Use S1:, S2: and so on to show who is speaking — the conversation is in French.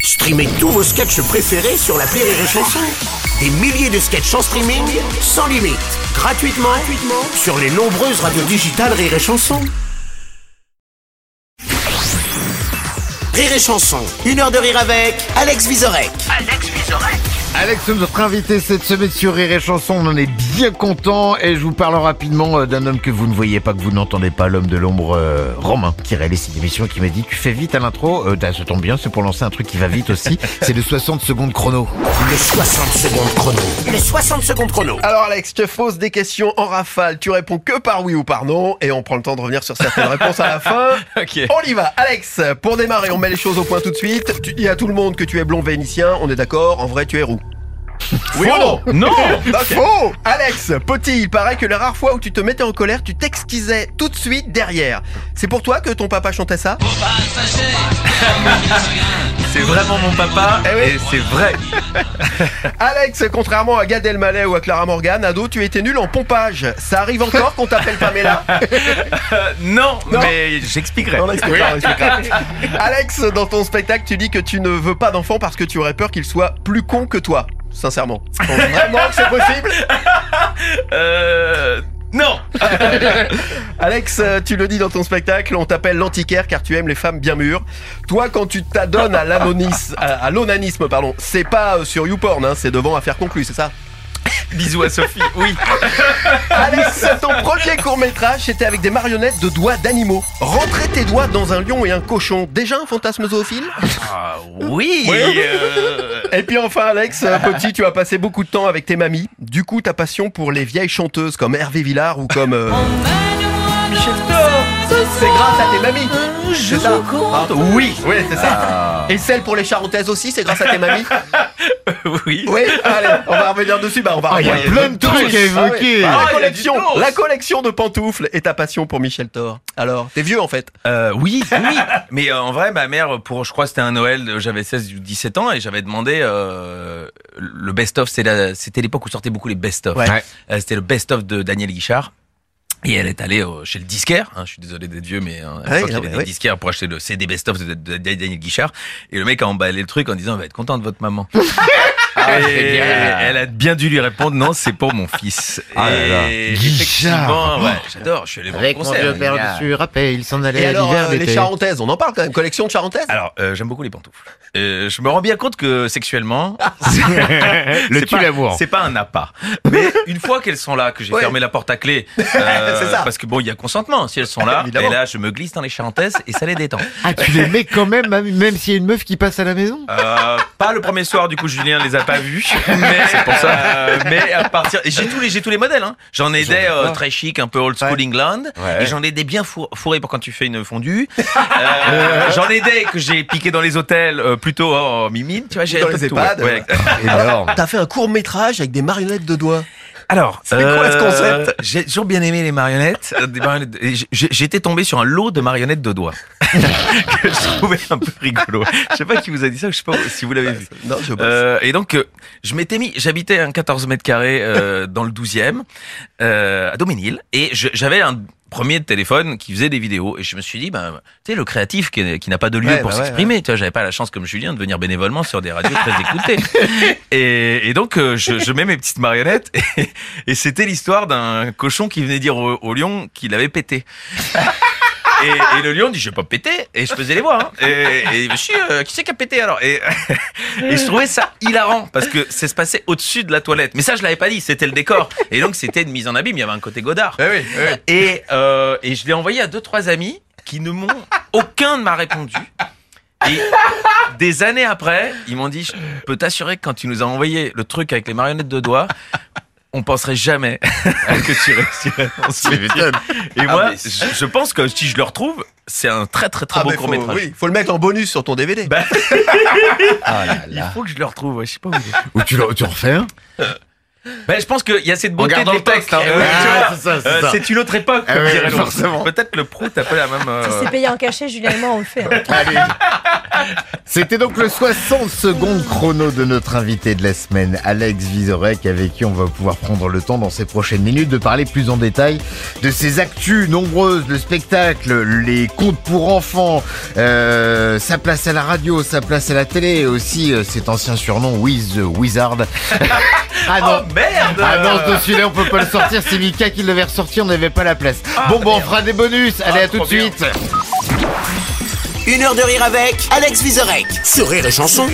S1: Streamez tous vos sketchs préférés sur la Rire et Chanson. Des milliers de sketchs en streaming, sans limite, gratuitement, gratuitement sur les nombreuses radios digitales Rire et Chanson. Rire et Chanson, une heure de rire avec Alex Vizorek.
S2: Alex, notre invité cette semaine sur Rire et Chanson, on en est bien content et je vous parle rapidement euh, d'un homme que vous ne voyez pas, que vous n'entendez pas, l'homme de l'ombre, euh, Romain, qui réalise cette émission et qui m'a dit tu fais vite à l'intro, euh, ça tombe bien, c'est pour lancer un truc qui va vite aussi, c'est le 60 secondes chrono.
S1: Le 60 secondes chrono. Le 60 secondes chrono.
S3: Alors Alex, je te pose des questions en rafale. Tu réponds que par oui ou par non et on prend le temps de revenir sur certaines réponses à la fin.
S4: Ok.
S3: On y va. Alex, pour démarrer, on met les choses au point tout de suite. Tu dis à tout le monde que tu es blond vénitien, on est d'accord, en vrai tu es roux. Oui ou non
S4: Non
S3: Ok. Faux Alex, petit, il paraît que les rares fois où tu te mettais en colère, tu t'exquisais tout de suite derrière. C'est pour toi que ton papa chantait ça
S4: C'est vraiment mon papa
S3: Eh oui.
S4: et c'est vrai.
S3: Alex, contrairement à Gad Elmaleh ou à Clara Morgan, ado, tu étais nul en pompage. Ça arrive encore qu'on t'appelle Pamela
S4: Euh, non,
S3: Non.
S4: mais j'expliquerai.
S3: On l'expliquera, on l'expliquera. Alex, dans ton spectacle, tu dis que tu ne veux pas d'enfant parce que tu aurais peur qu'il soit plus con que toi. Sincèrement. Tu penses Vraiment que c'est possible
S4: Euh, non
S3: Alex, euh, tu le dis dans ton spectacle, on t'appelle l'antiquaire car tu aimes les femmes bien mûres. Toi, quand tu t'adonnes à l'anonis- à à l'onanisme, pardon, c'est pas euh, sur YouPorn, hein, c'est devant Affaire conclue, c'est ça
S4: Bisous à Sophie, oui.
S3: Alex, ton premier court-métrage, c'était avec des marionnettes de doigts d'animaux. Rentrer tes doigts dans un lion et un cochon, déjà un fantasme zoophile
S4: Ah, oui
S3: Oui.
S4: euh,
S3: Et puis enfin, Alex, euh, petit, tu as passé beaucoup de temps avec tes mamies. Du coup, ta passion pour les vieilles chanteuses comme Hervé Villard ou comme euh, Michel Thor, c'est grâce à tes mamies. C'est ça Ah, Oui, oui, c'est
S2: Ah.
S3: ça. Et celle pour les charentaises aussi, c'est grâce à tes mamies.
S4: Oui.
S3: Oui, allez, on va revenir dessus. Bah, on va.
S2: Ah, il y a
S3: revenir.
S2: plein de trucs à
S3: Ah ouais.
S2: évoquer
S3: Ah,
S4: Ah,
S3: la
S4: il y a du
S3: collection,
S4: dos.
S3: la collection de pantoufles et ta passion pour Michel Thor. Alors, t'es vieux en fait.
S2: Ah,
S4: Euh, oui, oui. Mais euh, en vrai, ma mère, pour, je crois que c'était un Noël, euh, j'avais 16 ou 17 ans et j'avais demandé euh, le best-of. c'est la- C'était l'époque où sortaient beaucoup les best-of.
S3: Ouais.
S4: Euh, c'était le best-of de Daniel Guichard. Et elle est allée euh, chez le disquaire. hein, je suis désolé d'être vieux, mais
S2: Ah
S4: hein, à
S3: Ouais,
S4: l'époque, il y
S3: ouais,
S4: avait des
S3: ouais.
S4: disquaires pour acheter le CD best-of de, de- de Daniel Guichard. Et le mec a emballé le truc en disant, on va être content de votre maman.
S2: Ah,
S4: Et elle a bien dû lui répondre, non, c'est pour mon fils.
S2: Ah là là.
S4: Et
S2: Guichard.
S4: effectivement, ouais, j'adore. Je suis allé voir le
S2: Avec mon
S4: concert.
S2: vieux père dessus, rappel, il s'en allait
S3: Et
S2: à
S3: alors,
S2: l'hiver
S3: euh, les
S2: d'été.
S3: charentaises, on en parle quand même. Collection de charentaises.
S4: Alors, euh, j'aime beaucoup les pantoufles. Euh, je me rends bien compte que sexuellement,
S3: Ah,
S4: c'est-
S2: Le
S4: c'est
S2: tu
S4: pas-
S2: l'amour.
S4: c'est pas un appât. Mais une fois qu'elles sont là, que j'ai
S3: hein. Ouais.
S4: fermé la porte à clé, euh,
S3: C'est ça.
S4: parce que bon, il y a consentement. Si elles sont là,
S3: Évidemment.
S4: et là, je me glisse dans les charentaises et ça les détend.
S2: Ah, tu les mets quand même, même même s'il y a une meuf qui passe à la maison
S4: Euh, pas le premier soir, du coup, Julien les a pas vus. Mais c'est pour ça. mais à partir, et j'ai tous les, j'ai tous les modèles. Hein. J'en ai des euh, très chic, un peu old school England, et j'en ai des bien four- fourrés pour quand tu fais une fondue. Euh, j'en ai des que j'ai piqué dans les hôtels euh, plutôt en mimine, tu vois. J'ai
S3: Dans
S4: un peu
S3: les
S4: de tout, ouais.
S3: EHPAD. euh.
S4: Ouais.
S2: Énorme.
S3: T'as fait un court métrage avec des marionnettes de doigts.
S4: Alors, c'est
S3: quoi ce concept
S4: Euh, J'ai toujours bien aimé les marionnettes. euh, des marionnettes et j'- j'ai- J'étais tombé sur un lot de marionnettes de doigts que je trouvais un peu rigolo. Je sais pas qui vous a dit ça, je sais pas si vous l'avez vu.
S3: Non, je bosse.
S4: Euh, et donc, euh, je m'étais mis, j'habitais un 14 mètres carrés euh, dans le 12e, euh, à Doménil, et je- j'avais un premier téléphone qui faisait des vidéos, et je me suis dit, ben, tu sais, le créatif qui, qui n'a pas de lieu
S3: Ouais,
S4: pour
S3: bah ouais,
S4: s'exprimer, tu vois, j'avais pas la chance comme Julien de venir bénévolement sur des radios très écoutées. Et, et donc, euh, je, je mets mes petites marionnettes, et, et c'était l'histoire d'un cochon qui venait dire au, au lion qu'il avait pété. Et, et le lion dit, je vais pas péter. Et je faisais les voix. hein. Et, et il me dit, Si, euh, qui c'est qui a pété alors et, et je trouvais ça hilarant parce que ça se passait au-dessus de la toilette. Mais ça, je l'avais pas dit, c'était le décor. Et donc, c'était une mise en abîme, il y avait un côté Godard.
S3: Eh oui,
S4: Et, euh, et je l'ai envoyé à deux, trois amis qui ne m'ont. Aucun ne m'a répondu. Et des années après, ils m'ont dit Je peux t'assurer que quand tu nous as envoyé le truc avec les marionnettes de doigts, on penserait jamais que tu Ah, réussirais dans ce métier. Et moi,
S3: mais
S4: je, je pense que si je le retrouve, c'est un très très très
S3: Ah,
S4: beau
S3: mais
S4: court
S3: faut,
S4: métrage.
S3: oui, faut le mettre en bonus sur ton DVD.
S4: Bah,
S3: Ah là
S4: Il faut que je le retrouve, ouais, je sais pas où il est.
S2: Ou tu, le- tu en refais un
S4: Ben, je pense qu'il y a cette
S2: En
S4: beauté
S2: gardant
S4: des
S2: le toc.
S4: textes. hein.
S2: Eh
S4: Tu
S2: ouais,
S4: vois,
S2: c'est ça, c'est
S4: euh,
S2: ça.
S4: c'est une autre époque,
S2: Eh
S4: comme
S2: ouais,
S4: dirait l'autre.
S2: forcément.
S4: Peut-être le prout a pas la même. euh,
S5: C'est payé en cachet, Julien et moi, on le fait. hein.
S2: Allez. C'était donc le 60 secondes chrono de notre invité de la semaine, Alex Vizorek, avec qui on va pouvoir prendre le temps dans ces prochaines minutes de parler plus en détail de ses actus nombreuses, le spectacle, les contes pour enfants, euh, sa place à la radio, sa place à la télé, et aussi euh, cet ancien surnom, Wiz the Wizard. ah non,
S4: Oh merde
S2: ah non, ce celui-là, on peut pas le sortir. C'est Mika qui l'avait ressorti, on n'avait pas la place. bon, bon, on fera des bonus. Allez,
S4: Ah,
S2: à tout de
S4: trop bien.
S2: suite.
S1: Une heure de rire avec Alex Vizorek sur Rire et Chanson.